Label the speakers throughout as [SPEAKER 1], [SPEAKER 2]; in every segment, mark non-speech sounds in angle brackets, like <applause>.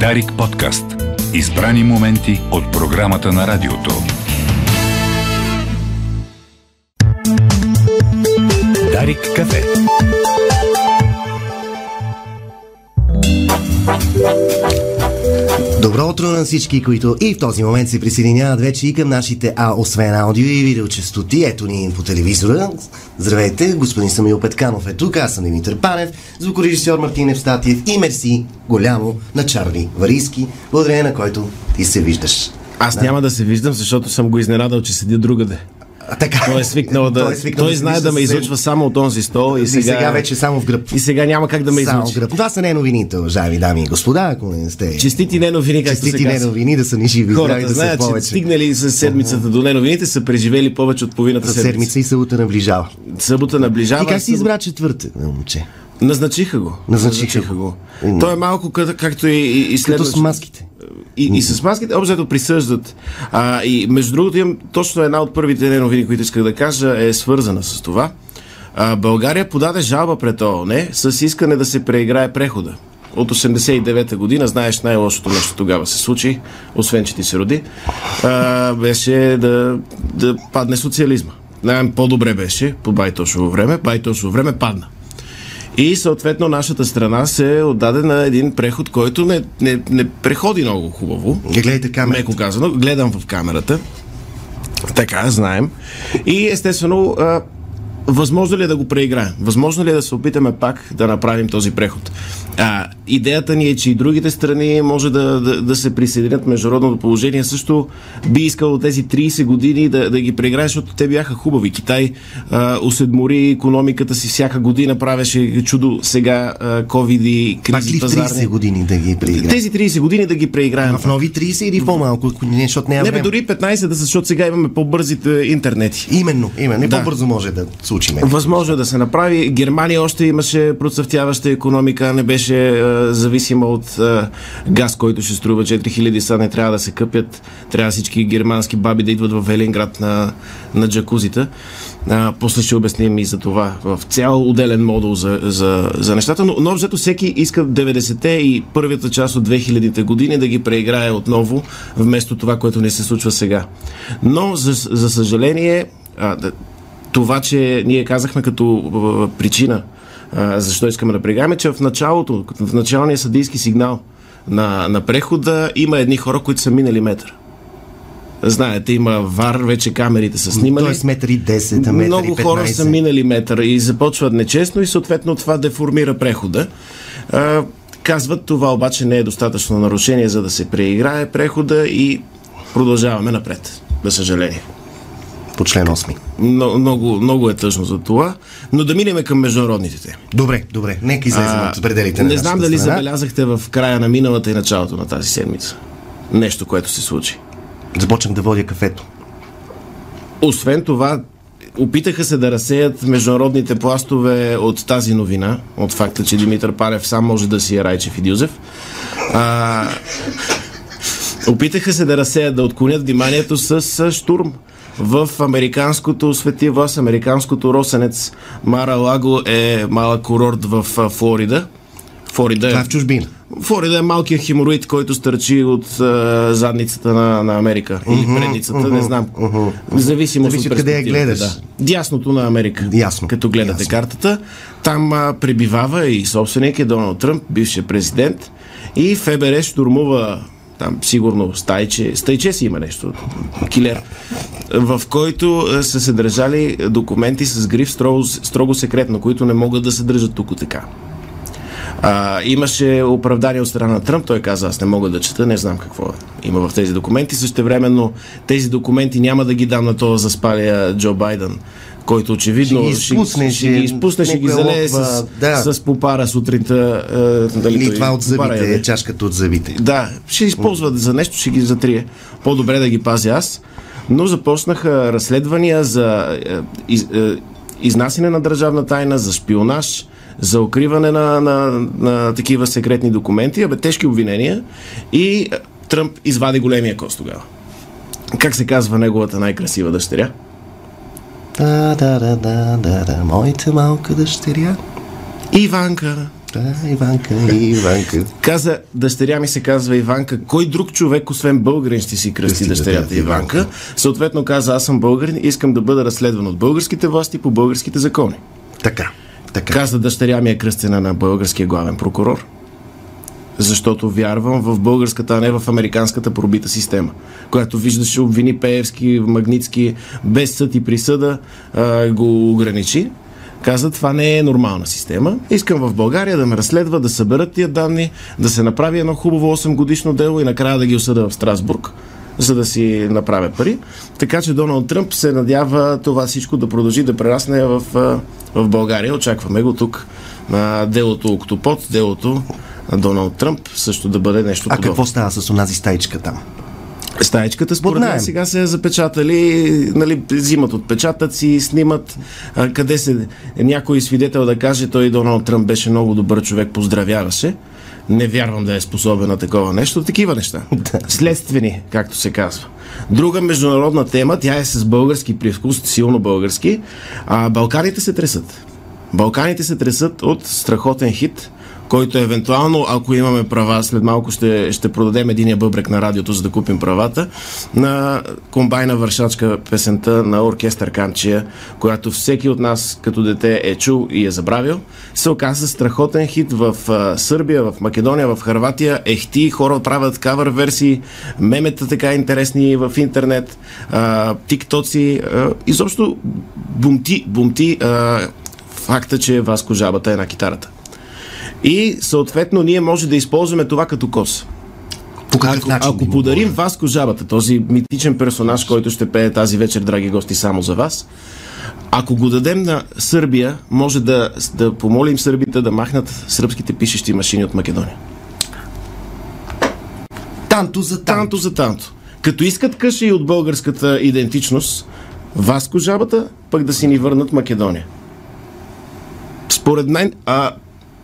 [SPEAKER 1] Дарик подкаст. Избрани моменти от програмата на радиото. Дарик кафе.
[SPEAKER 2] Добро утро на всички, които и в този момент се присъединяват вече и към нашите, а освен аудио и видеочастоти, ето ни по телевизора. Здравейте, господин Самил Петканов е тук, аз съм Димитър Панев, звукорежисьор Мартинев Статиев и мерси голямо на Чарли Вариски, благодарение на който ти се виждаш.
[SPEAKER 3] Аз няма да се виждам, защото съм го изненадал, че седи другаде.
[SPEAKER 2] А, така.
[SPEAKER 3] Той е свикнал да. Той,
[SPEAKER 2] е свикнал се
[SPEAKER 3] знае
[SPEAKER 2] вижда
[SPEAKER 3] да ме
[SPEAKER 2] съвсем-
[SPEAKER 3] излъчва само от онзи стол и
[SPEAKER 2] И сега,
[SPEAKER 3] сега,
[SPEAKER 2] вече само в гръб.
[SPEAKER 3] и сега няма как да ме
[SPEAKER 2] Само в
[SPEAKER 3] излъчи.
[SPEAKER 2] гръб. Това са не новините, уважаеми дами и господа, ако не сте.
[SPEAKER 3] Честити не новини, както се
[SPEAKER 2] Честити не
[SPEAKER 3] казва.
[SPEAKER 2] новини, да са ни живи. здрави,
[SPEAKER 3] Хората
[SPEAKER 2] да са
[SPEAKER 3] знаят, че
[SPEAKER 2] повече.
[SPEAKER 3] стигнали с седмицата до неновините, са преживели повече от половината
[SPEAKER 2] Със
[SPEAKER 3] седмица.
[SPEAKER 2] седмица и събота наближава.
[SPEAKER 3] Събота наближава.
[SPEAKER 2] И как си
[SPEAKER 3] събота-
[SPEAKER 2] избра четвъртък, бе, момче?
[SPEAKER 3] Назначиха го.
[SPEAKER 2] Назначиха
[SPEAKER 3] го.
[SPEAKER 2] М.
[SPEAKER 3] Той е малко като, както и, и, и
[SPEAKER 2] Като
[SPEAKER 3] следващ-
[SPEAKER 2] с маските.
[SPEAKER 3] И, и с маските обзето присъждат. А, и между другото, имам точно една от първите не новини, които исках да кажа, е свързана с това. А, България подаде жалба пред ООН е, с искане да се преиграе прехода. От 89-та година, знаеш, най-лошото нещо тогава се случи, освен че ти се роди, а, беше да, да падне социализма. Най- по-добре беше по Байтошово време. Байтошово време падна. И съответно нашата страна се отдаде на един преход, който не, не, не преходи много хубаво.
[SPEAKER 2] Не гледайте камера.
[SPEAKER 3] Меко казано, гледам в камерата. Така, знаем. И естествено, а, възможно ли е да го преиграем? Възможно ли е да се опитаме пак да направим този преход? А, идеята ни е, че и другите страни може да, да, да се присъединят. Международното положение също би искало тези 30 години да, да ги преиграе, защото те бяха хубави. Китай а, уседмори економиката си всяка година, правеше чудо сега а, COVID и
[SPEAKER 2] Пак
[SPEAKER 3] кризи
[SPEAKER 2] ли в 30
[SPEAKER 3] пазарни.
[SPEAKER 2] години да ги преиграем?
[SPEAKER 3] Тези 30 години да ги преиграем.
[SPEAKER 2] В нови 30 или по-малко, ако не, защото няма
[SPEAKER 3] Не бе,
[SPEAKER 2] време.
[SPEAKER 3] дори 15 да са, защото сега имаме по-бързите интернети.
[SPEAKER 2] Именно, именно. И
[SPEAKER 3] Да.
[SPEAKER 2] по-бързо може да случиме.
[SPEAKER 3] Възможно е да се направи. Германия още имаше процъфтяваща економика, не беше е, зависима от е, газ, който ще струва 4000 са, не трябва да се къпят. Трябва всички германски баби да идват в Велинград на, на джакузита. А, после ще обясним и за това в цял отделен модул за, за, за нещата. Но, но обзето всеки иска 90-те и първата част от 2000-те години да ги преиграе отново, вместо това, което не се случва сега. Но, за, за съжаление, а, да, това, че ние казахме като а, причина а, защо искаме да прегаме, че в началото, в началния съдийски сигнал на, на прехода има едни хора, които са минали метър. Знаете, има вар, вече камерите са снимали.
[SPEAKER 2] Тоест метър и 10, а метър и
[SPEAKER 3] Много
[SPEAKER 2] 15.
[SPEAKER 3] хора са минали метър и започват нечестно и съответно това деформира прехода. А, казват, това обаче не е достатъчно нарушение, за да се преиграе прехода и продължаваме напред, за съжаление.
[SPEAKER 2] По член 8.
[SPEAKER 3] Мно- Много, много е тъжно за това, но да минеме към международните теми.
[SPEAKER 2] Добре, добре. Нека излезем
[SPEAKER 3] А,
[SPEAKER 2] от пределите на
[SPEAKER 3] не знам
[SPEAKER 2] нашата
[SPEAKER 3] дали
[SPEAKER 2] страна.
[SPEAKER 3] забелязахте в края на миналата и началото на тази седмица. Нещо, което се случи.
[SPEAKER 2] Започнах да водя кафето.
[SPEAKER 3] Е. Освен това, опитаха се да разсеят международните пластове от тази новина, от факта, че Димитър Парев сам може да си е Райчев и Дюзев. А, опитаха се да разсеят, да отклонят вниманието с, с штурм в американското светило, с американското Росенец. Мара Лаго е малък курорт в а, Флорида. Флорида
[SPEAKER 2] Това
[SPEAKER 3] е
[SPEAKER 2] е в чужбина.
[SPEAKER 3] Флорида е малкият хемороид, който стърчи от е, задницата на, на Америка. Или предницата, не знам. В зависимост
[SPEAKER 2] Зависи
[SPEAKER 3] от
[SPEAKER 2] откъде я
[SPEAKER 3] перспективата,
[SPEAKER 2] гледаш.
[SPEAKER 3] Да. Дясното на Америка.
[SPEAKER 2] Ясно.
[SPEAKER 3] Като гледате
[SPEAKER 2] Ясно.
[SPEAKER 3] картата. Там а, пребивава и собственик е Доналд Тръмп, бившия президент. И ФБР штурмува там сигурно стайче, стайче си има нещо, килер, в който е, са се държали документи с гриф строго, строго секретно, които не могат да се държат тук така. А, имаше оправдание от страна на Тръмп. Той каза, аз не мога да чета, не знам какво има в тези документи. Същевременно тези документи няма да ги дам на това заспалия Джо Байден, който очевидно
[SPEAKER 2] Ще ги изпусне,
[SPEAKER 3] ще, ще ги,
[SPEAKER 2] ще
[SPEAKER 3] изпусне, ще ги
[SPEAKER 2] някоя
[SPEAKER 3] залее
[SPEAKER 2] локва,
[SPEAKER 3] с,
[SPEAKER 2] да.
[SPEAKER 3] с попара сутринта. Е, дали
[SPEAKER 2] Или
[SPEAKER 3] той
[SPEAKER 2] това от
[SPEAKER 3] попара яде.
[SPEAKER 2] зъбите, чашката от зъбите.
[SPEAKER 3] Да, ще използват за нещо, ще ги затрие. По-добре да ги пазя аз. Но започнаха разследвания за е, из, е, изнасяне на държавна тайна, за шпионаж, за укриване на, на, на такива секретни документи, абе тежки обвинения. И е, Тръмп извади големия кост тогава. Как се казва неговата най-красива дъщеря?
[SPEAKER 2] Да, да, да, да, да, да. Моята малка дъщеря.
[SPEAKER 3] Иванка.
[SPEAKER 2] Да, Иванка, Иванка.
[SPEAKER 3] Каза, дъщеря ми се казва Иванка. Кой друг човек, освен българин, ще си кръсти
[SPEAKER 2] Кръсти
[SPEAKER 3] дъщерята
[SPEAKER 2] дъщерята Иванка.
[SPEAKER 3] Иванка? Съответно каза, аз съм българин, искам да бъда разследван от българските власти по българските закони.
[SPEAKER 2] Така. Така.
[SPEAKER 3] Каза, дъщеря ми е кръстена на българския главен прокурор. Защото вярвам в българската, а не в американската пробита система, която виждаше обвини Пеевски, Магницки, без съд и присъда, а, го ограничи. Каза, това не е нормална система. Искам в България да ме разследва, да съберат тия данни, да се направи едно хубаво 8 годишно дело и накрая да ги осъда в Страсбург, за да си направя пари. Така че Доналд Тръмп се надява това всичко да продължи да прерасне в, а, в България. Очакваме го тук. А, Делото Октопод, делото на Доналд Тръмп също да бъде нещо
[SPEAKER 2] А
[SPEAKER 3] подобно.
[SPEAKER 2] какво става с онази стаичка там?
[SPEAKER 3] Стаечката според
[SPEAKER 2] Поднаем.
[SPEAKER 3] мен сега се е запечатали, нали, взимат отпечатъци, снимат а, къде се някой свидетел да каже, той Доналд Тръмп беше много добър човек, поздравяваше. Не вярвам да е способен на такова нещо. Такива неща. Следствени, както се казва. Друга международна тема, тя е с български привкус, силно български. А, Балканите се тресат. Балканите се тресат от страхотен хит, който евентуално, ако имаме права, след малко ще, ще продадем единия бъбрек на радиото, за да купим правата, на комбайна вършачка песента на оркестър Канчия, която всеки от нас като дете е чул и е забравил, се оказа страхотен хит в а, Сърбия, в Македония, в Харватия. Ехти, хора правят кавър версии, мемета така интересни в интернет, а, тиктоци, а, изобщо бумти, бумти а, факта, че Васко Жабата е на китарата. И съответно ние може да използваме това като кос.
[SPEAKER 2] По какъв
[SPEAKER 3] Ако,
[SPEAKER 2] начин? би
[SPEAKER 3] ако
[SPEAKER 2] му
[SPEAKER 3] подарим
[SPEAKER 2] било?
[SPEAKER 3] Васко Жабата, този митичен персонаж, който ще пее тази вечер, драги гости, само за вас, ако го дадем на Сърбия, може да, да помолим сърбите да махнат сръбските пишещи машини от Македония.
[SPEAKER 2] Танто за танто.
[SPEAKER 3] Танто за танто. Като искат къша и от българската идентичност, Васко жабата, пък да си ни върнат Македония. Според мен, а,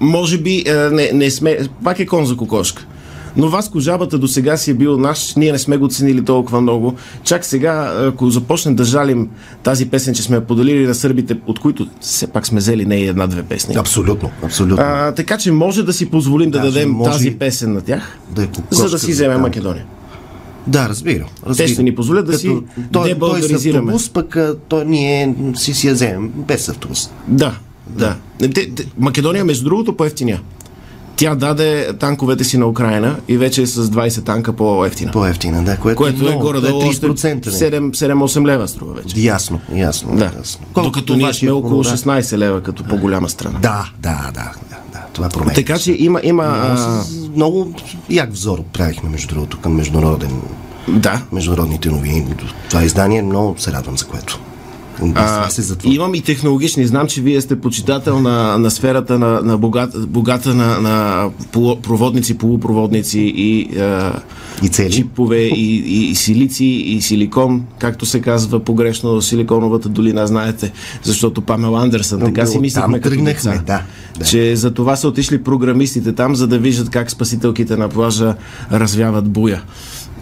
[SPEAKER 3] може би а, не, не сме, пак е кон за кокошка. Но Васко жабата до сега си е бил наш, ние не сме го ценили толкова много. Чак сега, ако започнем да жалим тази песен, че сме я поделили на сърбите, от които все пак сме взели не и една-две песни.
[SPEAKER 2] Абсолютно, абсолютно.
[SPEAKER 3] А, така че може да си позволим да
[SPEAKER 2] Даже
[SPEAKER 3] дадем
[SPEAKER 2] Значи може
[SPEAKER 3] тази
[SPEAKER 2] и-
[SPEAKER 3] песен на тях,
[SPEAKER 2] Да е кокошка
[SPEAKER 3] за да си
[SPEAKER 2] за
[SPEAKER 3] вземем
[SPEAKER 2] танто.
[SPEAKER 3] Македония.
[SPEAKER 2] да, разбирам. разбирам.
[SPEAKER 3] Те ще ни позволят да си
[SPEAKER 2] той, той с
[SPEAKER 3] дебългаризираме.
[SPEAKER 2] автобус, пък а, той ние си си я вземем без автобус.
[SPEAKER 3] Да, да. Те, те, Македония, между другото, по-ефтиня. Тя даде танковете си на Украина и вече е с 20 танка по-ефтина.
[SPEAKER 2] По-ефтина, да, което,
[SPEAKER 3] Което е
[SPEAKER 2] много,
[SPEAKER 3] горе-долу
[SPEAKER 2] е
[SPEAKER 3] още
[SPEAKER 2] 30%. Не.
[SPEAKER 3] 7, 7-8 лева струва вече.
[SPEAKER 2] Ясно, ясно.
[SPEAKER 3] Да.
[SPEAKER 2] ясно.
[SPEAKER 3] Докато ние
[SPEAKER 2] вашия
[SPEAKER 3] сме около
[SPEAKER 2] хонорар?
[SPEAKER 3] 16 лева като по-голяма страна.
[SPEAKER 2] Да, да, да, да, да това променя.
[SPEAKER 3] Така че има... има а,
[SPEAKER 2] С- Много як взор правихме, между другото, към международен,
[SPEAKER 3] да.
[SPEAKER 2] международните новини. Това издание много се радвам за което. А, се затвори.
[SPEAKER 3] Имам и технологични. Знам, че вие сте почитател на, на сферата на, на богата, богата на, на полу- проводници, полупроводници и а,
[SPEAKER 2] И цели.
[SPEAKER 3] чипове и, и, и силици и силикон, както се казва погрешно силиконовата долина, знаете, защото Памел Андерсън, така си
[SPEAKER 2] оттам
[SPEAKER 3] мислихме като
[SPEAKER 2] тръгнахме,
[SPEAKER 3] деца,
[SPEAKER 2] да, да.
[SPEAKER 3] че за това са отишли програмистите там, за да виждат как спасителките на плажа развяват буя.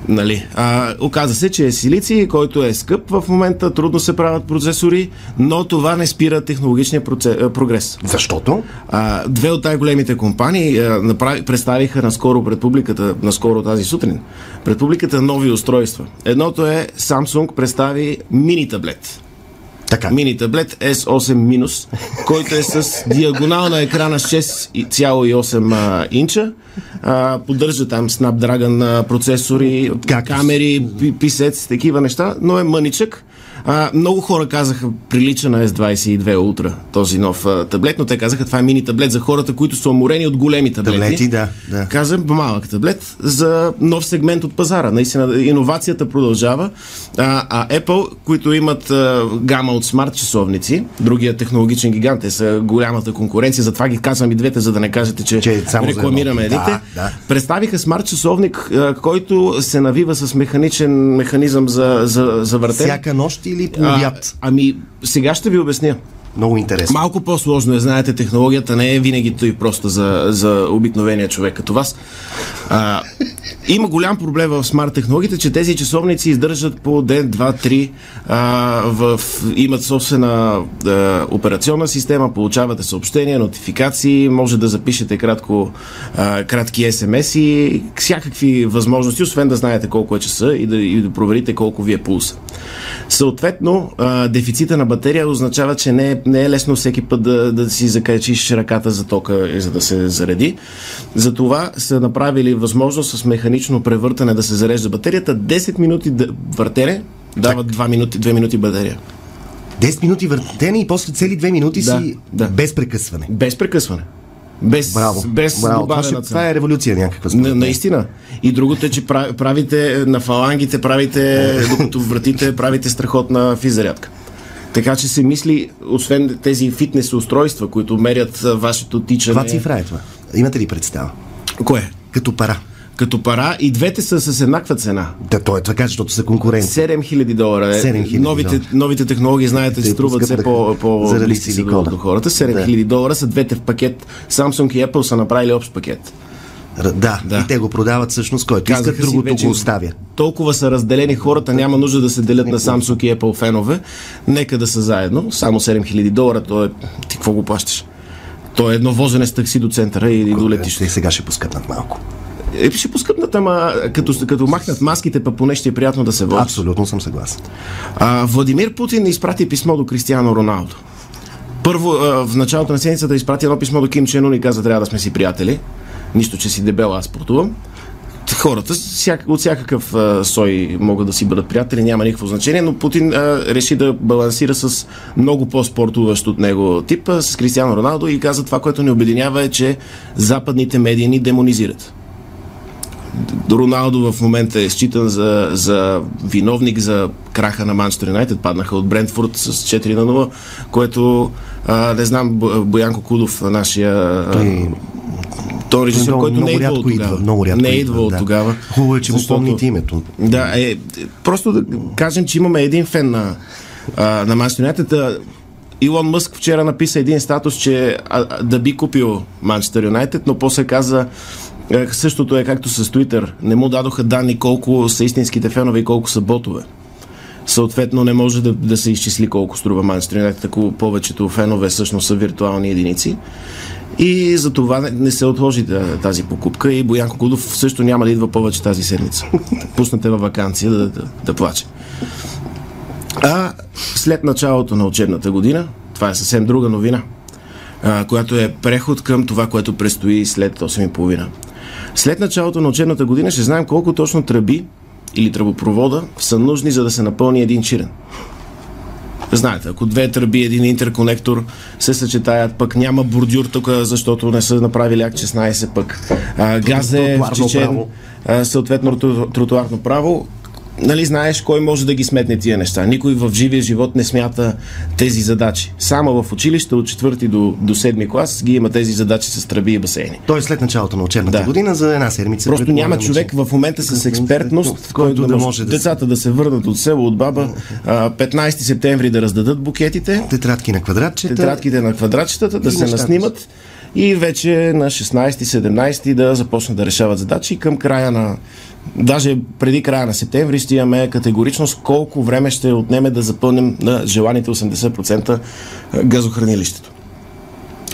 [SPEAKER 3] Нали? А, оказа се, че е силици, който е скъп в момента, трудно се правят процесори, но това не спира технологичния процес, прогрес.
[SPEAKER 2] Защото?
[SPEAKER 3] А, две от най-големите компании а, направи, представиха наскоро пред публиката, наскоро тази сутрин, пред публиката нови устройства. Едното е Samsung представи мини таблет.
[SPEAKER 2] Така.
[SPEAKER 3] Мини таблет S8 минус, който е с диагонална екрана с 6,8 а, инча. А, поддържа там Snapdragon а, процесори,
[SPEAKER 2] Как?
[SPEAKER 3] камери, пи- писец, такива неща, но е мъничък. А, много хора казаха, прилича на S22 Ultra, този нов а, таблет, но те казаха, това е мини таблет за хората, които са уморени от големи таблети.
[SPEAKER 2] Таблети, да, да.
[SPEAKER 3] Каза малък таблет за нов сегмент от пазара. Наистина, иновацията продължава. А, а Apple, които имат а, гама от смарт часовници, другия технологичен гигант, те са голямата конкуренция, затова ги казвам и двете, за да не кажете, че,
[SPEAKER 2] Че е само за
[SPEAKER 3] рекламираме
[SPEAKER 2] едно.
[SPEAKER 3] едните.
[SPEAKER 2] Да, да.
[SPEAKER 3] Представиха смарт часовник, а, който се навива с механичен механизъм за, за, за въртене.
[SPEAKER 2] Всяка нощ или по обяд?
[SPEAKER 3] А, ами, сега ще ви обясня.
[SPEAKER 2] Много интересно.
[SPEAKER 3] Малко по-сложно е, знаете, технологията не е винаги той проста за, за обикновения човек като вас. А, има голям проблем в смарт технологиите, че тези часовници издържат по ден, два, три, а, в, имат собствена а, операционна система, получавате съобщения, нотификации, може да запишете кратко, а, кратки смс и всякакви възможности, освен да знаете колко е часа и да, и да проверите колко ви е пулса. Съответно, а, дефицита на батерия означава, че не е, не е лесно всеки път да, да си закачиш ръката за тока, и за да се зареди. Затова са направили възможност с механично превъртане да се зарежда батерията. 10 минути да, въртене дава 2 минути, 2 минути батерия.
[SPEAKER 2] 10 минути въртене и после цели 2 минути
[SPEAKER 3] Да,
[SPEAKER 2] си
[SPEAKER 3] да.
[SPEAKER 2] без прекъсване.
[SPEAKER 3] Без прекъсване. Без,
[SPEAKER 2] Браво.
[SPEAKER 3] без
[SPEAKER 2] Браво. Това,
[SPEAKER 3] добавена
[SPEAKER 2] ще,
[SPEAKER 3] цена.
[SPEAKER 2] това е революция някаква. според
[SPEAKER 3] На,
[SPEAKER 2] мен.
[SPEAKER 3] наистина. И другото е, че пра- правите на фалангите, правите,
[SPEAKER 2] Е.
[SPEAKER 3] докато вратите, правите страхотна физарядка. Така че се мисли, освен тези фитнес устройства, които мерят а, вашето тичане.
[SPEAKER 2] Каква цифра е това? Имате ли представа?
[SPEAKER 3] Кое?
[SPEAKER 2] Като пара.
[SPEAKER 3] Като пара и двете са с еднаква цена.
[SPEAKER 2] Да, то е така, защото са конкуренти.
[SPEAKER 3] 7000 долара. е.
[SPEAKER 2] 7000
[SPEAKER 3] новите,
[SPEAKER 2] долара.
[SPEAKER 3] новите технологии, знаете,
[SPEAKER 2] Те
[SPEAKER 3] че струват все
[SPEAKER 2] поскъпнаха
[SPEAKER 3] по, по
[SPEAKER 2] заради
[SPEAKER 3] близки са до,
[SPEAKER 2] силикона.
[SPEAKER 3] до хората. 7000 долара са двете в пакет. Samsung и Apple са направили общ пакет.
[SPEAKER 2] Р- Да,
[SPEAKER 3] Да.
[SPEAKER 2] и те го продават всъщност, който
[SPEAKER 3] Казаха
[SPEAKER 2] иска,
[SPEAKER 3] си
[SPEAKER 2] другото
[SPEAKER 3] вече,
[SPEAKER 2] го оставя.
[SPEAKER 3] Толкова са разделени хората, няма нужда да се делят на Samsung и Apple фенове. Нека да са заедно. Само 7000 долара, то е... Ти какво го плащаш? То е едно возене с такси до центъра и, и
[SPEAKER 2] е.
[SPEAKER 3] до летище.
[SPEAKER 2] Те сега ще поскъпнат малко.
[SPEAKER 3] Е, ще поскъпнат, ама като, като махнат маските, па поне ще е приятно да се води.
[SPEAKER 2] Абсолютно съм съгласен.
[SPEAKER 3] А, Владимир Путин изпрати писмо до Кристиано Роналдо. Първо, а, в началото на седмицата изпрати едно писмо до Ким Чен Ун и каза, трябва да сме си приятели. Нищо, че си дебела, аз спортувам. Хората всяк, от всякакъв а, сой могат да си бъдат приятели, няма никакво значение, но Путин а, реши да балансира с много по-спортуващ от него тип, а, с Кристиано Роналдо и каза това, което ни обединява е, че западните медии ни демонизират. Роналдо в момента е считан за, за виновник за краха на Манчестър Юнайтед. Паднаха от Брентфорд с 4 на 0, което а, не знам, Бо- Боянко Кудов, нашия той,
[SPEAKER 2] е
[SPEAKER 3] той режисер,
[SPEAKER 2] много-
[SPEAKER 3] който не е
[SPEAKER 2] много
[SPEAKER 3] идвал
[SPEAKER 2] рядко
[SPEAKER 3] от тогава.
[SPEAKER 2] идва, много рядко
[SPEAKER 3] не е
[SPEAKER 2] идва,
[SPEAKER 3] идвал от
[SPEAKER 2] да.
[SPEAKER 3] тогава.
[SPEAKER 2] Хубаво е, че му
[SPEAKER 3] защото-
[SPEAKER 2] помните името.
[SPEAKER 3] Да, е, е, просто да кажем, че имаме един фен на, а, на Манчестър Юнайтед. А, Илон Мъск вчера написа един статус, че а, а, да би купил Манчестър Юнайтед, но после каза е, същото е както с Twitter. Не му дадоха данни колко са истинските фенове и колко са ботове. Съответно не може да, да се изчисли колко струва Манчестър Юнайтед, ако повечето фенове всъщност са виртуални единици. И за това не, не се отложи да, тази покупка и Боянко Кудов също няма да идва повече тази седмица. Пуснате във вакансия да, да, да плаче. А след началото на учебната година, това е съвсем друга новина, а, която е преход към това, което предстои след 8.30. След началото на учебната година ще знаем колко точно тръби или тръбопровода са нужни, за да се напълни един чирен. Знаете, ако две тръби, един интерконектор се съчетаят, пък няма бордюр тук, защото не са направили акт 16 пък. А, газ е
[SPEAKER 2] Тротуарно
[SPEAKER 3] вчечен,
[SPEAKER 2] право.
[SPEAKER 3] а, съответно троту- тротуарно право. Нали знаеш кой може да ги сметне тия неща. Никой в живия живот не смята тези задачи. Само в училище от 4 до, до 7 клас ги има тези задачи с тръби и басейни.
[SPEAKER 2] Той е след началото на учебната
[SPEAKER 3] Да.
[SPEAKER 2] година за една седмица.
[SPEAKER 3] Просто
[SPEAKER 2] предполагам,
[SPEAKER 3] няма
[SPEAKER 2] че-
[SPEAKER 3] човек в момента с експертност, в който да може
[SPEAKER 2] да
[SPEAKER 3] децата да се върнат от село, от баба, а, 15 септември да раздадат букетите,
[SPEAKER 2] Тетрадки на квадратчета.
[SPEAKER 3] тетрадките на квадратчетата, да
[SPEAKER 2] И
[SPEAKER 3] се
[SPEAKER 2] нещата.
[SPEAKER 3] наснимат и вече на 16-17 да започнат да решават задачи. Към края на, даже преди края на септември ще имаме категоричност колко време ще отнеме да запълним на желаните 80% газохранилището.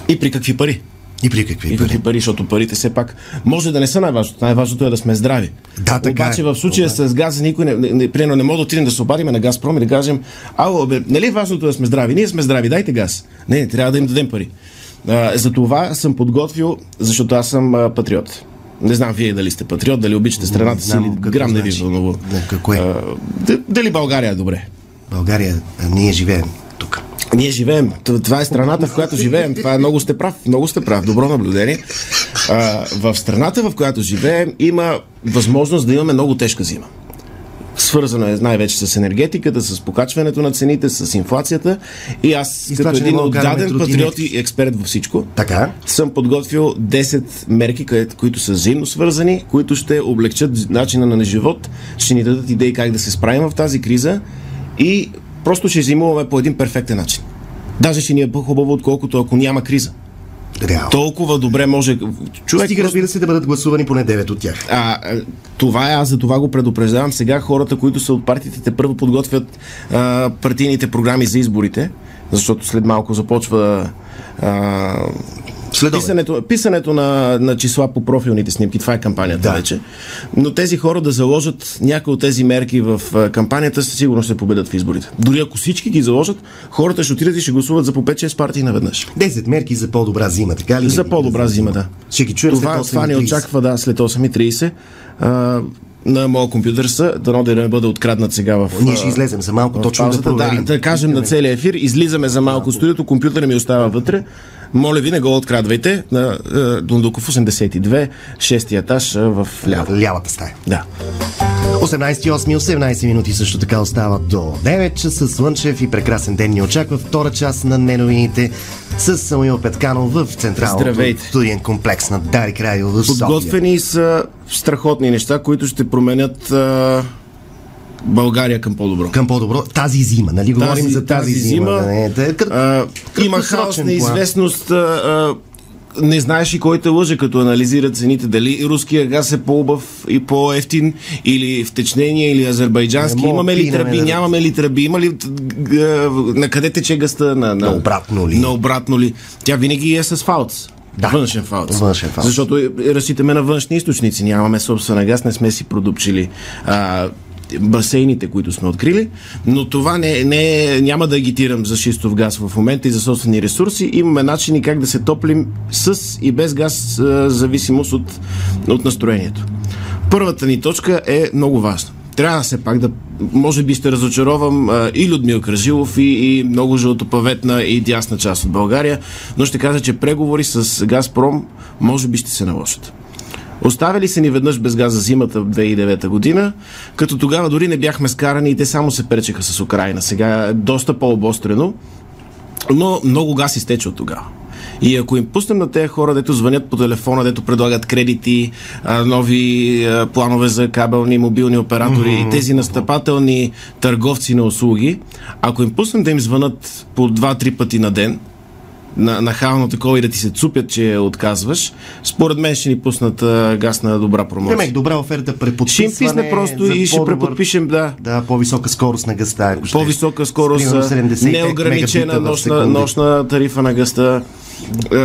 [SPEAKER 3] И при какви пари?
[SPEAKER 2] И при какви
[SPEAKER 3] И
[SPEAKER 2] пари.
[SPEAKER 3] какви пари, защото парите все пак може да не са най-важното. Най-важното е да сме здрави.
[SPEAKER 2] Да, така
[SPEAKER 3] Обаче
[SPEAKER 2] е.
[SPEAKER 3] в случая с газа никой не, не, не, примерно не може да отидем да се обадим на Газпром и да кажем, ало, бе, нали важното е да сме здрави? Ние сме здрави, дайте газ. Не, не трябва да им дадем пари. А, за това съм подготвил, защото аз съм а, патриот. Не знам вие дали сте патриот, дали обичате страната си
[SPEAKER 2] знам
[SPEAKER 3] или
[SPEAKER 2] какво
[SPEAKER 3] грам не ви
[SPEAKER 2] значи.
[SPEAKER 3] вълнува.
[SPEAKER 2] Да, какво е?
[SPEAKER 3] А, д- Дали България е добре?
[SPEAKER 2] България, а, ние живеем тук.
[SPEAKER 3] Ние живеем. Т- Това е страната, в която живеем. Това е много сте прав. Много сте прав. Добро наблюдение. А, в страната, в която живеем, има възможност да имаме много тежка зима. Свързано е най-вече с енергетиката, с покачването на цените, с инфлацията. И аз,
[SPEAKER 2] И с това,
[SPEAKER 3] като
[SPEAKER 2] че не
[SPEAKER 3] един
[SPEAKER 2] мога да караме
[SPEAKER 3] отдаден
[SPEAKER 2] тротинетки.
[SPEAKER 3] патриот и експерт във всичко,
[SPEAKER 2] Така.
[SPEAKER 3] съм подготвил 10 мерки, къде- които са взаимно свързани, които ще облегчат начина на живот, ще ни дадат идеи как да се справим в тази криза и просто ще зимуваме по един перфектен начин. Даже ще ни е по-хубаво, отколкото ако няма криза.
[SPEAKER 2] Реално.
[SPEAKER 3] Толкова добре може... Човек
[SPEAKER 2] Стига, разбира се, да бъдат гласувани поне 9 от тях.
[SPEAKER 3] а, а, това е, аз за това го предупреждавам. Сега хората, които са от партиите, те първо подготвят а, партийните програми за изборите, защото след малко започва а,
[SPEAKER 2] Следобед.
[SPEAKER 3] писането, писането на, на числа по профилните снимки. Това е кампанията
[SPEAKER 2] Да.
[SPEAKER 3] вече. Но тези хора да заложат някои от тези мерки в а, кампанията, със сигурност ще победят в изборите. Дори ако всички ги заложат, хората ще отидат и ще гласуват за по 5-6 партии наведнъж.
[SPEAKER 2] 10 мерки за по-добра зима, така ли?
[SPEAKER 3] За по-добра зима, да.
[SPEAKER 2] Ще ги чуем
[SPEAKER 3] това,
[SPEAKER 2] след
[SPEAKER 3] това ни
[SPEAKER 2] 8.30.
[SPEAKER 3] очаква, да, след 8.30. А, на моя компютър са, дано да не бъде откраднат сега в...
[SPEAKER 2] Ние ще
[SPEAKER 3] а,
[SPEAKER 2] излезем за малко,
[SPEAKER 3] в
[SPEAKER 2] точно да
[SPEAKER 3] паузата. да,
[SPEAKER 2] проверим.
[SPEAKER 3] да кажем на целия ефир, излизаме за малко в студиото, компютъра ми остава вътре. Моля ви, не го открадвайте. На е, Дундуков 82, 6 етаж а, в ляво.
[SPEAKER 2] Лявата стая.
[SPEAKER 3] Да.
[SPEAKER 2] 18.08 18 минути също така остават до 9 часа. Слънчев и прекрасен ден ни очаква втора част на неновините с Самуил Петканов в Централното
[SPEAKER 3] Здравейте.
[SPEAKER 2] студиен комплекс на Дарик Радио в София.
[SPEAKER 3] Подготвени са страхотни неща, които ще променят а, България към по-добро.
[SPEAKER 2] Към по-добро. Тази зима, нали? Говорим за тази, зима. Да не, е- да, е кът...
[SPEAKER 3] А, има хаос,
[SPEAKER 2] краткосрочен план.
[SPEAKER 3] неизвестност. А, а, не знаеш и кой те лъже, като анализират цените. Дали руския газ е по-убав и по-ефтин, или втечнение, или азербайджански.
[SPEAKER 2] Не мога,
[SPEAKER 3] Имаме ли
[SPEAKER 2] пинаме,
[SPEAKER 3] тръби,
[SPEAKER 2] да.
[SPEAKER 3] нямаме ли тръби, има ли... г- г- На къде тече гъста? На, на,
[SPEAKER 2] На обратно ли?
[SPEAKER 3] На обратно ли? Тя винаги е с фалц.
[SPEAKER 2] Да.
[SPEAKER 3] Външен фалц.
[SPEAKER 2] Външен фалц.
[SPEAKER 3] Защото е- е- разчитаме на външни източници. Нямаме собствена газ, не сме си продупчили а, басейните, които сме открили. Но това не, не, е- няма да агитирам за шистов газ в момента и за собствени ресурси. Имаме начини как да се топлим с и без газ, а, в зависимост от, от настроението. Първата ни точка е много важна. Трябва все пак да, може би ще разочаровам а, и Людмил Кражилов, и, и много жълтопаветна и дясна част от България, но ще кажа, че преговори с Газпром може би ще се наложат. Оставили се ни веднъж без газ за зимата в 2009 година, като тогава дори не бяхме скарани и те само се пречеха с Украина. Сега е доста по-обострено, но много газ изтече от тогава. И ако им пуснем на тези хора, дето звънят по телефона, дето предлагат кредити, а, нови а, планове за кабелни мобилни оператори и тези настъпателни търговци на услуги, ако им пуснем да им звънат по 2-3 пъти на ден, на, нахално такова и да ти се цупят, че отказваш, според мен ще ни пуснат а, газ на добра промоция.
[SPEAKER 2] Демек, добра оферта,
[SPEAKER 3] Ще им
[SPEAKER 2] преподписване.
[SPEAKER 3] писне просто
[SPEAKER 2] за
[SPEAKER 3] и ще
[SPEAKER 2] по-добър-
[SPEAKER 3] преподпишем, да.
[SPEAKER 2] Да, по-висока скорост на гъста. ако ще-
[SPEAKER 3] По-висока скорост,
[SPEAKER 2] Примерно
[SPEAKER 3] а,
[SPEAKER 2] 70 мегабита в
[SPEAKER 3] неограничена нощна,
[SPEAKER 2] секунда.
[SPEAKER 3] нощна тарифа на гъста, е,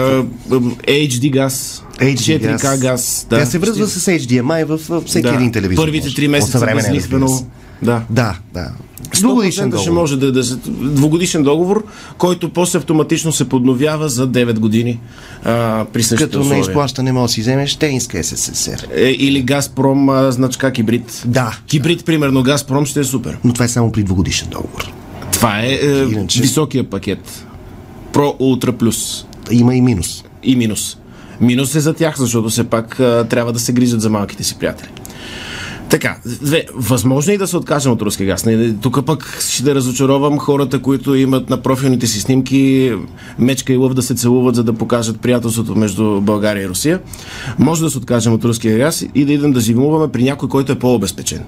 [SPEAKER 3] е, HD газ,
[SPEAKER 2] HD
[SPEAKER 3] 4K газ.
[SPEAKER 2] Да. Тя се връзва с HDMI в в всеки
[SPEAKER 3] да.
[SPEAKER 2] един телевизор.
[SPEAKER 3] Първите
[SPEAKER 2] може.
[SPEAKER 3] три месеца
[SPEAKER 2] По-съвременен, разбира
[SPEAKER 3] безлихвено.
[SPEAKER 2] се.
[SPEAKER 3] Да.
[SPEAKER 2] Да, да.
[SPEAKER 3] 100% ще може да, да се, двугодишен договор, който после автоматично се подновява за 9 години а, при същите
[SPEAKER 2] Като не
[SPEAKER 3] условия.
[SPEAKER 2] изплащане може да си вземеш тенска СССР.
[SPEAKER 3] Е, или Газпром а, значка Кибрид.
[SPEAKER 2] Да.
[SPEAKER 3] Кибрид, примерно, Газпром ще е супер.
[SPEAKER 2] Но това е само при двугодишен договор.
[SPEAKER 3] Това е, е
[SPEAKER 2] Иначе-
[SPEAKER 3] високия пакет. Pro Ultra Plus.
[SPEAKER 2] Има и минус.
[SPEAKER 3] и минус. Минус е за тях, защото все пак а, трябва да се грижат за малките си приятели. Така, две, възможно е и да се откажем от руски газ. Не, Тук пък ще да разочаровам хората, които имат на профилните си снимки мечка и лъв да се целуват, за да покажат приятелството между България и Русия. Може да се откажем от руския газ и да идем да зимуваме при някой, който е по-обезпечен.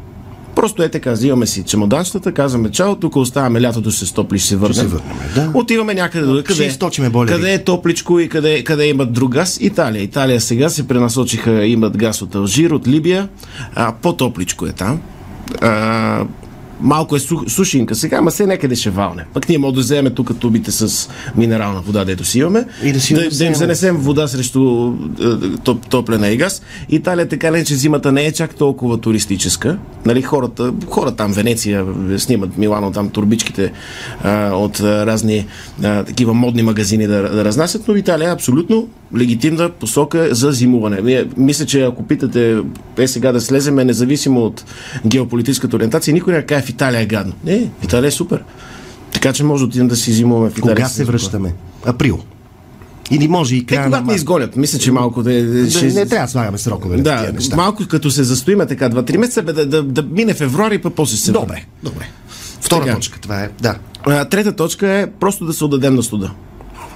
[SPEAKER 3] Просто е така, взимаме си чемоданчетата, казваме чао, тук оставаме лятото, ще се топли, ще се върнем.
[SPEAKER 2] се върнем, да.
[SPEAKER 3] Отиваме някъде до
[SPEAKER 2] Ще
[SPEAKER 3] къде,
[SPEAKER 2] източиме болери.
[SPEAKER 3] къде е топличко и къде, къде имат друг газ? Италия. Италия сега се пренасочиха, имат газ от Алжир, от Либия. А, по-топличко е там. А, малко е су, сушинка сега, ама се някъде ще валне. Пък ние можем да вземем тук тубите с минерална вода, дето си имаме.
[SPEAKER 2] И да си
[SPEAKER 3] да, да
[SPEAKER 2] вземем.
[SPEAKER 3] им занесем вода срещу е, топ, топлена и газ. Италия така ли, че зимата не е чак толкова туристическа. Нали, хората, хора там, Венеция, е, снимат Милано, там турбичките а, от а, разни а, такива модни магазини да, да разнасят, но Италия е абсолютно легитимна посока за зимуване. Ние, мисля, че ако питате е сега да слеземе, независимо от геополитическата ориентация, никой не каже в Италия е гадно. Не, в Италия е супер. Така че може да отидем да си зимуваме в Италия.
[SPEAKER 2] Кога се връщаме? Април. Или може и
[SPEAKER 3] Те,
[SPEAKER 2] края на
[SPEAKER 3] е. когато ни
[SPEAKER 2] март.
[SPEAKER 3] изгонят, мисля, че малко да, да,
[SPEAKER 2] Да, Не трябва да слагаме срокове на
[SPEAKER 3] да,
[SPEAKER 2] тия неща.
[SPEAKER 3] малко като се застоиме така 2-3 месеца, бе, да, да, да мине февруари, пък после ще се
[SPEAKER 2] Добре, добре. Втора
[SPEAKER 3] е. Така.
[SPEAKER 2] точка, това е. Да.
[SPEAKER 3] А, трета точка е просто да се отдадем на студа.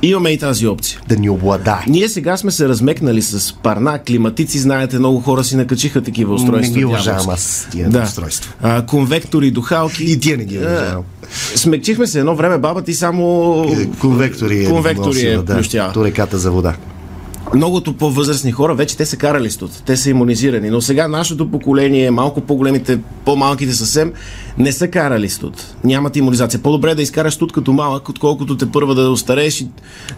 [SPEAKER 3] Имаме и тази опция.
[SPEAKER 2] да ни обладае.
[SPEAKER 3] Ние сега сме се размекнали с парна, климатици, знаете, много хора си накачиха такива устройства.
[SPEAKER 2] Не ги уважавам
[SPEAKER 3] дяволски.
[SPEAKER 2] аз тия устройства.
[SPEAKER 3] А, конвектори, духалки.
[SPEAKER 2] И тия не ги уважавам.
[SPEAKER 3] Смекчихме се едно време, баба ти само...
[SPEAKER 2] Е, Конвектори е
[SPEAKER 3] Конвектори е
[SPEAKER 2] носила, да,
[SPEAKER 3] плющява.
[SPEAKER 2] туреката за вода.
[SPEAKER 3] Многото по-възрастни хора вече те са карали студ, те са иммунизирани, но сега нашето поколение, малко по-големите, по-малките съвсем, не са карали студ. Нямат иммунизация. По-добре е да изкараш студ като малък, отколкото те първа да остарееш и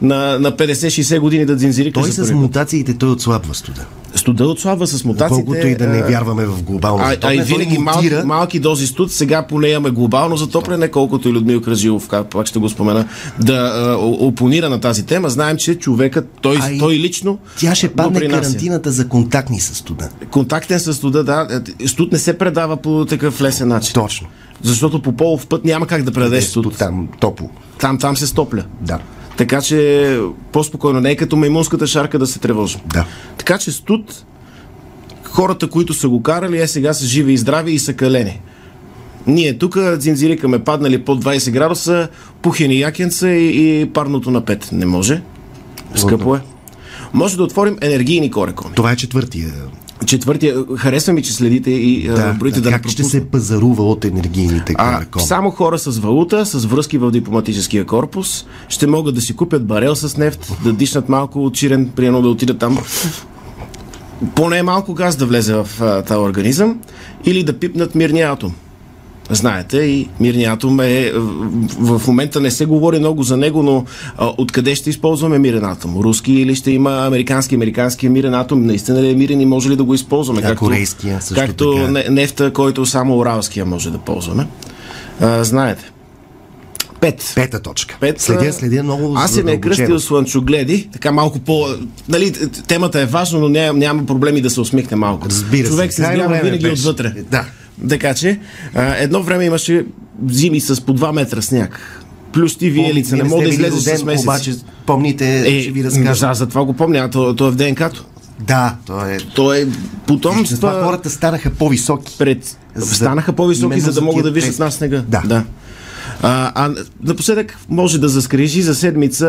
[SPEAKER 3] на, на 50-60 години да дзинзирикаш.
[SPEAKER 2] Той
[SPEAKER 3] за
[SPEAKER 2] с
[SPEAKER 3] първи път.
[SPEAKER 2] мутациите той отслабва студа.
[SPEAKER 3] Студа отслабва с мутациите.
[SPEAKER 2] Колкото и да не
[SPEAKER 3] а,
[SPEAKER 2] вярваме в глобално
[SPEAKER 3] А, а и
[SPEAKER 2] затопляне, той
[SPEAKER 3] винаги малки,
[SPEAKER 2] мутира.
[SPEAKER 3] малки дози студ, сега поне имаме глобално затопляне, колкото и Людмил Кражилов, как- пак ще го спомена, да а, о- опонира на тази тема. Знаем, че човекът, той,
[SPEAKER 2] А и
[SPEAKER 3] той лично
[SPEAKER 2] Тя ще падне
[SPEAKER 3] допринася.
[SPEAKER 2] карантината за контактни със студа.
[SPEAKER 3] Контактен с студа, да. е, Студ не се предава по такъв лесен начин.
[SPEAKER 2] Точно.
[SPEAKER 3] Защото по полов път няма как да предадеш
[SPEAKER 2] Ето
[SPEAKER 3] студ.
[SPEAKER 2] Е, там топло.
[SPEAKER 3] Там, там се стопля.
[SPEAKER 2] Е, Да.
[SPEAKER 3] Така че по-спокойно. Не е като маймунската шарка да се тревожим.
[SPEAKER 2] Да.
[SPEAKER 3] Така че студ, хората, които са го карали, е сега са живи и здрави и са калени. Ние тук дзинзирикаме паднали под 20 градуса, пухени якенца и, и парното на 5. Не може. Скъпо е. Може да отворим енергийни корекоми.
[SPEAKER 2] Това е четвъртия.
[SPEAKER 3] Четвъртия, харесва ми, че следите и да, броите да, да не
[SPEAKER 2] как ще
[SPEAKER 3] пропусна.
[SPEAKER 2] се пазарува от енергийните
[SPEAKER 3] А,
[SPEAKER 2] каракоми?
[SPEAKER 3] само хора с валута, с връзки в дипломатическия корпус, ще могат да си купят барел с нефт, да дишнат малко от чирен, приедно да отидат там. Поне малко газ да влезе в а, този организъм или да пипнат мирния атом. Знаете, и мирния атом е. В, в момента не се говори много за него, но а, откъде ще използваме мирен атом? Руски или ще има американски? Американския мирен атом наистина ли е мирен и може ли да го използваме?
[SPEAKER 2] А корейския също
[SPEAKER 3] както
[SPEAKER 2] така.
[SPEAKER 3] не- нефта, който само уралския може да ползваме. А, знаете. Пет.
[SPEAKER 2] Пета точка.
[SPEAKER 3] Пет,
[SPEAKER 2] следя,
[SPEAKER 3] а,
[SPEAKER 2] следя много
[SPEAKER 3] Аз съм е
[SPEAKER 2] задълбочено.
[SPEAKER 3] кръстил слънчогледи, така малко по... Нали, темата е важна, но няма, няма проблеми да се усмихне малко.
[SPEAKER 2] Разбира
[SPEAKER 3] Човек
[SPEAKER 2] се,
[SPEAKER 3] се
[SPEAKER 2] крайно
[SPEAKER 3] сгрява
[SPEAKER 2] време е
[SPEAKER 3] винаги
[SPEAKER 2] беше.
[SPEAKER 3] отвътре.
[SPEAKER 2] Да.
[SPEAKER 3] Така че, а, едно време имаше зими с по 2 метра сняг. Плюс ти вие лица, не
[SPEAKER 2] Вие
[SPEAKER 3] мога да
[SPEAKER 2] сте били
[SPEAKER 3] излезеш с
[SPEAKER 2] роден,
[SPEAKER 3] месец.
[SPEAKER 2] Обаче, помните,
[SPEAKER 3] е,
[SPEAKER 2] ще ви разкажа.
[SPEAKER 3] за, за това го помня, а то, то е в ДНК-то.
[SPEAKER 2] Да, то е...
[SPEAKER 3] То е потомство.
[SPEAKER 2] Затова хората станаха по-високи.
[SPEAKER 3] пред...
[SPEAKER 2] За-
[SPEAKER 3] Станаха по-високи,
[SPEAKER 2] именно
[SPEAKER 3] за да
[SPEAKER 2] за
[SPEAKER 3] могат
[SPEAKER 2] тия
[SPEAKER 3] да виждат
[SPEAKER 2] трески.
[SPEAKER 3] нас снега.
[SPEAKER 2] Да.
[SPEAKER 3] да. А, а напоследък може да заскрежи за седмица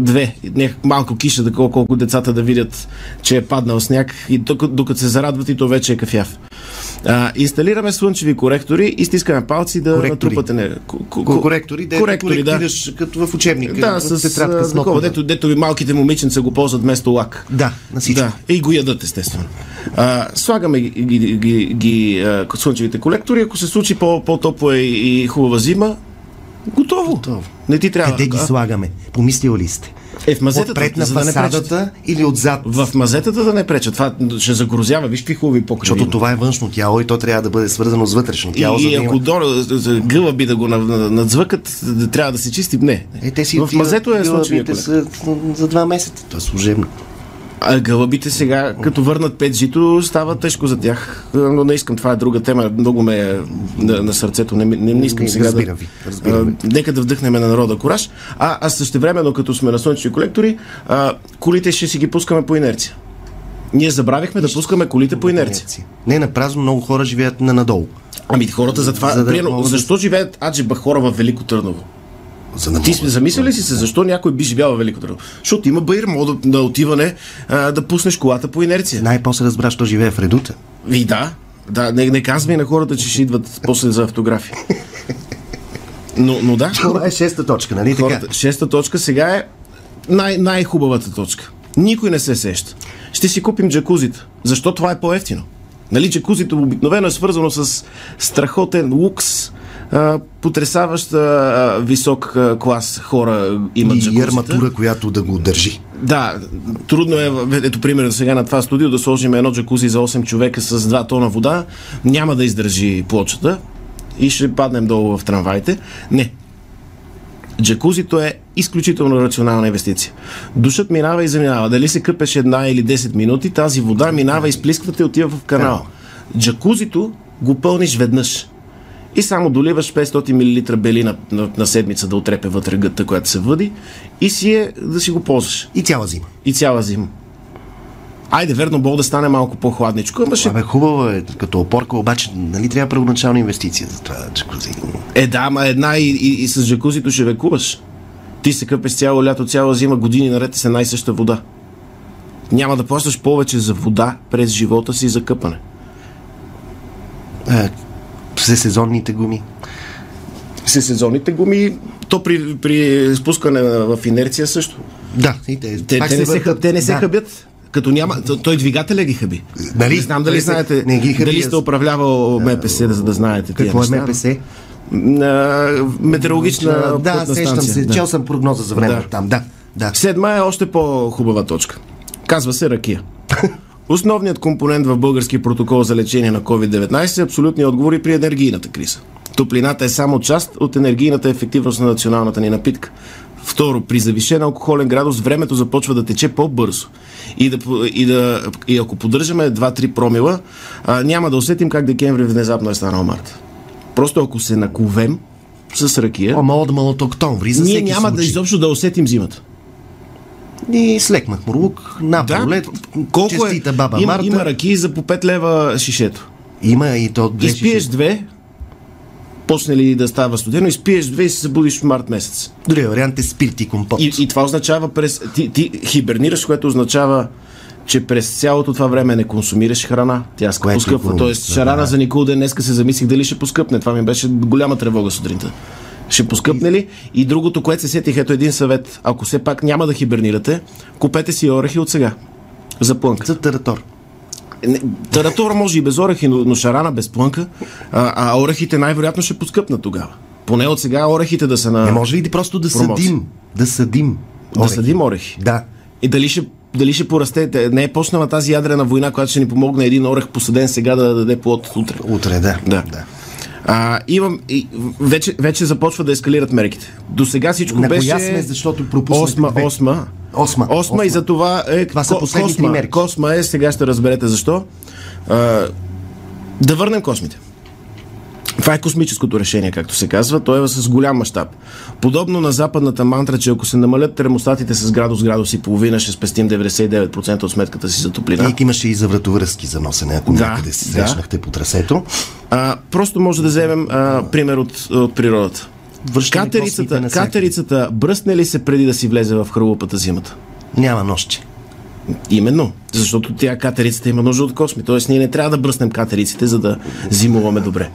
[SPEAKER 3] две. Не, малко киша, такова, колко децата да видят, че е паднал сняг. И докато, докато се зарадват, и то вече е кафяв. А, инсталираме слънчеви коректори и стискаме палци да
[SPEAKER 2] Коректори.
[SPEAKER 3] натрупате... Не, ко- ко- ко-
[SPEAKER 2] Коректори, де
[SPEAKER 3] коректори, да.
[SPEAKER 2] коректираш като в учебника.
[SPEAKER 3] Да,
[SPEAKER 2] в
[SPEAKER 3] с
[SPEAKER 2] тетрадка
[SPEAKER 3] а,
[SPEAKER 2] с
[SPEAKER 3] такова,
[SPEAKER 2] нотна.
[SPEAKER 3] дето, дето и малките момиченца го ползват вместо лак.
[SPEAKER 2] Да, на всичко.
[SPEAKER 3] Да, и го ядат, естествено. А, слагаме ги, ги, ги, ги а, слънчевите колектори. Ако се случи по, по-топла и, и хубава зима, готово.
[SPEAKER 2] Готово.
[SPEAKER 3] Не ти трябва.
[SPEAKER 2] Къде ги слагаме? Помислил ли сте?
[SPEAKER 3] е, в
[SPEAKER 2] Отпред
[SPEAKER 3] мазетата,
[SPEAKER 2] на
[SPEAKER 3] за да не пречат.
[SPEAKER 2] фасадата или отзад?
[SPEAKER 3] В мазетата да не пречат. Това ще загрозява. Виж какви хубави покриви.
[SPEAKER 2] Защото
[SPEAKER 3] има.
[SPEAKER 2] това е външно тяло и то трябва да бъде свързано с вътрешно
[SPEAKER 3] И,
[SPEAKER 2] тяло. за да
[SPEAKER 3] и ако
[SPEAKER 2] има...
[SPEAKER 3] до, за гълъби да го на- на- надзвъкат, да трябва да се чисти. Не.
[SPEAKER 2] Е, те си
[SPEAKER 3] в
[SPEAKER 2] отиват,
[SPEAKER 3] мазето е
[SPEAKER 2] гълъбите
[SPEAKER 3] слънчевия колектор.
[SPEAKER 2] са за два месеца. То е служебно.
[SPEAKER 3] А гълъбите сега, като върнат 5 жито, става тежко за тях. Но не искам, това е друга тема. Много ме е на, на сърцето. Не, ми- не, не искам
[SPEAKER 2] Не,
[SPEAKER 3] сега
[SPEAKER 2] разбирам
[SPEAKER 3] да...
[SPEAKER 2] ви, разбирам ви.
[SPEAKER 3] а, нека да вдъхнем на народа кораж. А, а същевременно, като сме на слънчеви колектори, а, колите ще си ги пускаме по инерция. Ние забравихме да пускаме колите по инерция.
[SPEAKER 2] Не, на празно много хора живеят на надолу.
[SPEAKER 3] Ами хората затова...
[SPEAKER 2] За
[SPEAKER 3] За
[SPEAKER 2] да
[SPEAKER 3] примерно,
[SPEAKER 2] могат да-
[SPEAKER 3] защо живеят аджиба хора в Велико Търново?
[SPEAKER 2] За да
[SPEAKER 3] Ти
[SPEAKER 2] могат.
[SPEAKER 3] сме замислили си се защо някой би живял в Велико Търново? Защото има баир, мога да, на отиване а, да пуснеш колата по инерция.
[SPEAKER 2] Най-после разбра, що живее в редута.
[SPEAKER 3] И да, да, не, не казвай на хората, че ще идват после за автографи. Но, но да,
[SPEAKER 2] Това е шеста точка, нали така?
[SPEAKER 3] хората, шеста точка сега е най- най-хубавата точка. Никой не се сеща. Ще си купим джакузите. Защо това е по-ефтино? Нали, джакузито обикновено е свързано с страхотен лукс, а, потресаващ а, висок а, клас хора имат
[SPEAKER 2] И
[SPEAKER 3] джакузита.
[SPEAKER 2] арматура, която да го държи.
[SPEAKER 3] Да, трудно е, ето примерно сега на това студио да сложим едно джакузи за 8 човека с 2 тона вода, няма да издържи плочата и ще паднем долу в трамваите. Не. Джакузито е изключително рационална инвестиция. Душът минава и заминава. Дали се къпеш една или 10 минути, тази вода минава, изплисквате и отива в канала. Джакузито го пълниш веднъж. И само доливаш 500 мл белина на, на седмица да отрепе вътре гътта, която се въди и си е да си го ползваш
[SPEAKER 2] И цяла зима.
[SPEAKER 3] и цяла зима. Айде, верно, Бог да стане малко по-хладничко, ама ще...
[SPEAKER 2] Абе, хубава е като опорка, обаче нали трябва първоначална инвестиция за това джакузи?
[SPEAKER 3] Е, да, ама една и, и, и с джакузито ще векуваш. Ти се къпеш цяло лято, цяла зима, години наред с една и съща вода. Няма да плащаш повече за вода през живота си за къпане.
[SPEAKER 2] А, се Е, сезонните гуми.
[SPEAKER 3] С сезонните гуми, то при, при спускане на- в инерция също.
[SPEAKER 2] Да, и те,
[SPEAKER 3] Те,
[SPEAKER 2] пак
[SPEAKER 3] те, не се,
[SPEAKER 2] въртат.
[SPEAKER 3] хъб- те не се
[SPEAKER 2] Да.
[SPEAKER 3] хъбят. Като няма, то- той двигателя ги хъби.
[SPEAKER 2] Нали?
[SPEAKER 3] Не знам дали
[SPEAKER 2] Той се-
[SPEAKER 3] знаете,
[SPEAKER 2] не ги хъби,
[SPEAKER 3] дали
[SPEAKER 2] аз- Е,
[SPEAKER 3] сте управлявал МПС, да, да знаете. тия
[SPEAKER 2] Какво е
[SPEAKER 3] неща.
[SPEAKER 2] МПС?
[SPEAKER 3] На метеорологична
[SPEAKER 2] да,
[SPEAKER 3] пътна
[SPEAKER 2] сещам
[SPEAKER 3] станция,
[SPEAKER 2] се.
[SPEAKER 3] да.
[SPEAKER 2] Чел съм прогноза за времето
[SPEAKER 3] Да.
[SPEAKER 2] там. Да, да.
[SPEAKER 3] Седма е още по-хубава точка. Казва се <laughs> ракия. Основният компонент в български протокол за лечение на COVID-19 е абсолютни отговори при енергийната криза. Топлината е само част от енергийната ефективност на националната ни напитка. Второ, при завишен алкохолен градус времето започва да тече по-бързо. И, да, по- и, да, и ако поддържаме 2-3 промила, а, няма да усетим как декември внезапно е станал март. Просто ако се наковем с ракия,
[SPEAKER 2] Ама отмъл от октомври. За
[SPEAKER 3] ние
[SPEAKER 2] всеки
[SPEAKER 3] няма да
[SPEAKER 2] случай.
[SPEAKER 3] изобщо да усетим зимата.
[SPEAKER 2] И с лек махмурлук, на пролет,
[SPEAKER 3] колко е?
[SPEAKER 2] честита баба
[SPEAKER 3] има,
[SPEAKER 2] Марта.
[SPEAKER 3] има ракии за по 5 лева шишето.
[SPEAKER 2] Има и то две
[SPEAKER 3] Изпиеш
[SPEAKER 2] шиши.
[SPEAKER 3] две, почне ли да става студено, изпиеш две и се събудиш в март месец.
[SPEAKER 2] Другия вариант е спирт и компот.
[SPEAKER 3] И, и това означава през... Ти, ти хибернираш, което означава че през цялото това време не консумираш храна, тя се
[SPEAKER 2] Което е
[SPEAKER 3] поскъпва.
[SPEAKER 2] хубаво.
[SPEAKER 3] Тоест, шарана за Никол ден днеска се замислих дали ще поскъпне. Това ми беше голяма тревога сутринта. Ще поскъпне ли? И другото, което се сетих, ето един съвет. Ако все пак няма да хибернирате, купете си орехи от сега. За плънка.
[SPEAKER 2] За таратор.
[SPEAKER 3] Не, Таратора може и без орехи, но, но шарана без плънка, а, а орехите най-вероятно ще поскъпнат тогава. Поне от сега орехите да са на...
[SPEAKER 2] Не може ли да просто да
[SPEAKER 3] Промоция.
[SPEAKER 2] съдим? Да съдим.
[SPEAKER 3] да
[SPEAKER 2] Орехи.
[SPEAKER 3] съдим орехи.
[SPEAKER 2] Да.
[SPEAKER 3] И дали ще, дали ще порасте? Те- Не е почнала тази ядрена война, която ще ни помогне един орех посаден сега да даде плод утре.
[SPEAKER 2] Утре, да.
[SPEAKER 3] Да. А, имам, и, вече, вече започва да ескалират мерките. До сега всичко
[SPEAKER 2] На
[SPEAKER 3] беше...
[SPEAKER 2] коя сме, защото пропуснахме
[SPEAKER 3] Осма,
[SPEAKER 2] две.
[SPEAKER 3] осма.
[SPEAKER 2] Осма,
[SPEAKER 3] Осма и
[SPEAKER 2] осма.
[SPEAKER 3] за това е...
[SPEAKER 2] Това са
[SPEAKER 3] ко-
[SPEAKER 2] последните
[SPEAKER 3] косма.
[SPEAKER 2] ни мерки.
[SPEAKER 3] Косма е, сега ще разберете защо. А, да върнем космите. Това е космическото решение, както се казва. То е с голям мащаб. Подобно на западната мантра, че ако се намалят термостатите с градус, градус и половина, ще спестим 99% от сметката си за топлина.
[SPEAKER 2] Ник имаше и за вратовръзки за носене, ако
[SPEAKER 3] Да,
[SPEAKER 2] някъде се
[SPEAKER 3] да.
[SPEAKER 2] срещнахте по трасето.
[SPEAKER 3] А, просто може да вземем а, пример от, от природата.
[SPEAKER 2] Връщаме космите
[SPEAKER 3] Катерицата,
[SPEAKER 2] насякъде.
[SPEAKER 3] катерицата бръсне ли се преди да си влезе в хралупата зимата?
[SPEAKER 2] Няма нощче.
[SPEAKER 3] Именно, защото тя катерицата има нужда от косми. Тоест ние не трябва да бръснем катериците, за да зимуваме добре.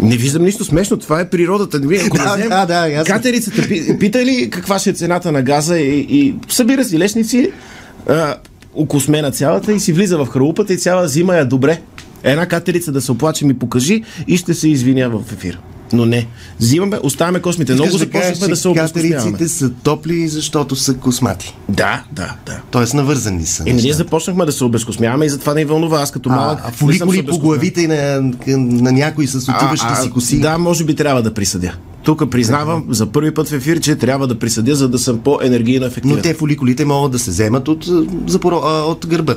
[SPEAKER 3] Не виждам нищо смешно, това е природата. Вие,
[SPEAKER 2] <laughs>
[SPEAKER 3] Ако
[SPEAKER 2] Да,
[SPEAKER 3] вземем
[SPEAKER 2] да, да, ясно.
[SPEAKER 3] Катерицата, пи- пита ли каква ще е цената на газа и, и събира си лешници, а, окосмена цялата и си влиза в хралупата и цяла зима е добре. Една катерица да се оплаче ми покажи и ще се извиня в ефира. Но не. Взимаме, оставяме космите. Много
[SPEAKER 2] Искаш да кажеш,
[SPEAKER 3] започнахме
[SPEAKER 2] че
[SPEAKER 3] да се обезкосмяваме.
[SPEAKER 2] Катериците са топли, защото са космати.
[SPEAKER 3] Да, да, да.
[SPEAKER 2] Тоест навързани са.
[SPEAKER 3] Еми, ние
[SPEAKER 2] нещата.
[SPEAKER 3] Е, нали започнахме да се обезкосмяваме и затова не вълнува. Аз като малък.
[SPEAKER 2] а, а
[SPEAKER 3] не съм се
[SPEAKER 2] фоликули по
[SPEAKER 3] обезкосмявал.
[SPEAKER 2] главите на, на някой с
[SPEAKER 3] А,
[SPEAKER 2] отиващи
[SPEAKER 3] а,
[SPEAKER 2] си коси.
[SPEAKER 3] Да, може би трябва да присъдя. Тук признавам за първи път в ефир, че трябва да присъдя, за да съм по-енергийно ефективен.
[SPEAKER 2] Но те фоликулите могат да се вземат от, а, запоро... а, от гърба.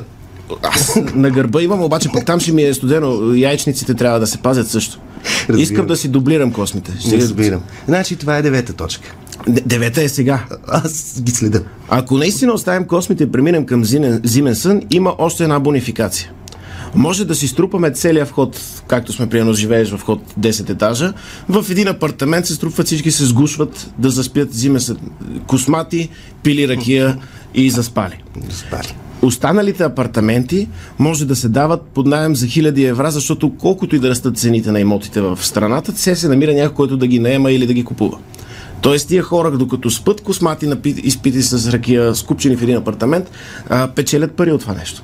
[SPEAKER 3] Аз на гърба имам, обаче пък там ще ми е студено. Яйчниците трябва да се пазят също.
[SPEAKER 2] Разбирам.
[SPEAKER 3] Искам да си дублирам космите. Ще-
[SPEAKER 2] Не разбирам. Значи това е девета точка.
[SPEAKER 3] Д- Девета е сега.
[SPEAKER 2] Аз ги следа.
[SPEAKER 3] Ако наистина оставим космите и преминем към зимен, зимен сън, има още една бонификация. Може да си струпаме целият вход, както сме приемно живееш в вход 10 етажа. В един апартамент се струпват всички, се сгушват да заспят зимен сън. Космати, пили ракия и заспали.
[SPEAKER 2] Спали.
[SPEAKER 3] Останалите апартаменти може да се дават под найем за хиляди евра, защото колкото и да растат цените на имотите в страната, все се намира някой, който да ги наема или да ги купува. Тоест тия хора, докато спът космати, напи- изпити с ракия, скупчени в един апартамент, а, печелят пари от това нещо.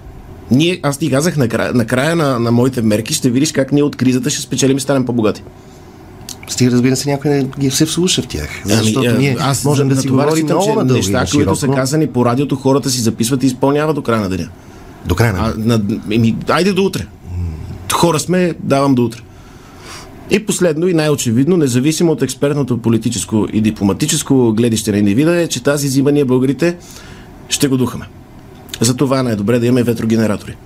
[SPEAKER 3] Ние, аз ти казах, накрая, накрая на, на моите мерки ще видиш как ние от кризата ще спечелим и станем по-богати.
[SPEAKER 2] Стига, разбира се, някой не ги е се вслуша в тях. Защото
[SPEAKER 3] Ами, е,
[SPEAKER 2] ние можем
[SPEAKER 3] за-
[SPEAKER 2] да си
[SPEAKER 3] на това
[SPEAKER 2] говорим
[SPEAKER 3] разчитам,
[SPEAKER 2] много
[SPEAKER 3] че
[SPEAKER 2] надълго и
[SPEAKER 3] неща,
[SPEAKER 2] на
[SPEAKER 3] които са
[SPEAKER 2] широко.
[SPEAKER 3] казани по радиото, хората си записват и изпълняват до края на деня.
[SPEAKER 2] До края на
[SPEAKER 3] А, на, еми, айде до утре. Хора сме, давам до утре. И последно и най-очевидно, независимо от експертното политическо и дипломатическо гледище на индивида, е, че тази зима ние българите ще го духаме. Затова най-добре да имаме ветрогенератори.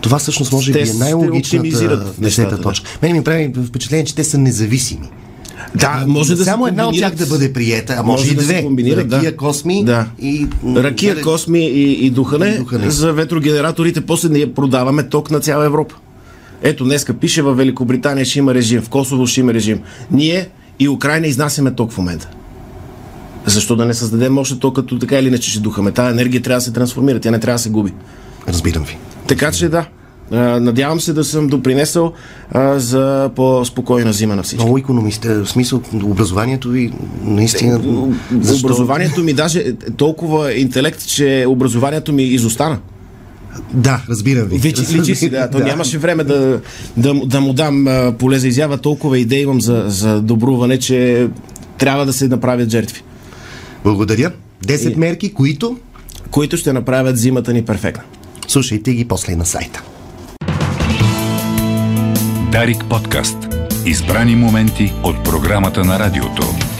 [SPEAKER 2] Това всъщност може
[SPEAKER 3] Те
[SPEAKER 2] би е
[SPEAKER 3] се
[SPEAKER 2] най-логичната
[SPEAKER 3] оптимизират нещата,
[SPEAKER 2] десета
[SPEAKER 3] да.
[SPEAKER 2] точка. Мене ми прави впечатление, че те са независими.
[SPEAKER 3] Да, може да
[SPEAKER 2] Само
[SPEAKER 3] се
[SPEAKER 2] една от тях
[SPEAKER 3] комбинират.
[SPEAKER 2] да бъде приета, а може,
[SPEAKER 3] Може
[SPEAKER 2] и
[SPEAKER 3] да се
[SPEAKER 2] две.
[SPEAKER 3] комбинират, да.
[SPEAKER 2] Ракия, Косми
[SPEAKER 3] Да.
[SPEAKER 2] и...
[SPEAKER 3] Ракия, Косми и, и, духане,
[SPEAKER 2] И Духане.
[SPEAKER 3] За ветрогенераторите после ние продаваме ток на цяла Европа. Ето, днеска пише във Великобритания ще има режим, в Косово ще има режим. Ние и Украина изнасяме ток в момента. Защо да не създадем още то, като така или иначе ще духаме? Тая енергия трябва да се трансформира, тя не трябва да се губи.
[SPEAKER 2] Разбирам ви.
[SPEAKER 3] Така че да, а, надявам се да съм допринесъл а, за по-спокойна зима на всички.
[SPEAKER 2] Много економист, е, в смисъл образованието ви
[SPEAKER 3] Е,
[SPEAKER 2] наистина...
[SPEAKER 3] Защо? Образованието ми даже е толкова интелект, че образованието ми изостана.
[SPEAKER 2] Да, разбирам ви.
[SPEAKER 3] Вече
[SPEAKER 2] Разбирам
[SPEAKER 3] личи си,
[SPEAKER 2] ви.
[SPEAKER 3] да.
[SPEAKER 2] <laughs>
[SPEAKER 3] То нямаше време да, да, му- да му дам а, поле за изява. Толкова идеи имам за, за добруване, че трябва да се направят жертви,
[SPEAKER 2] Благодаря.
[SPEAKER 3] Е.
[SPEAKER 2] 10 мерки, които
[SPEAKER 3] които ще направят зимата ни перфектна.
[SPEAKER 2] слушайте ги после на сайта.
[SPEAKER 1] Дарик подкаст. Избрани моменти от програмата на радиото.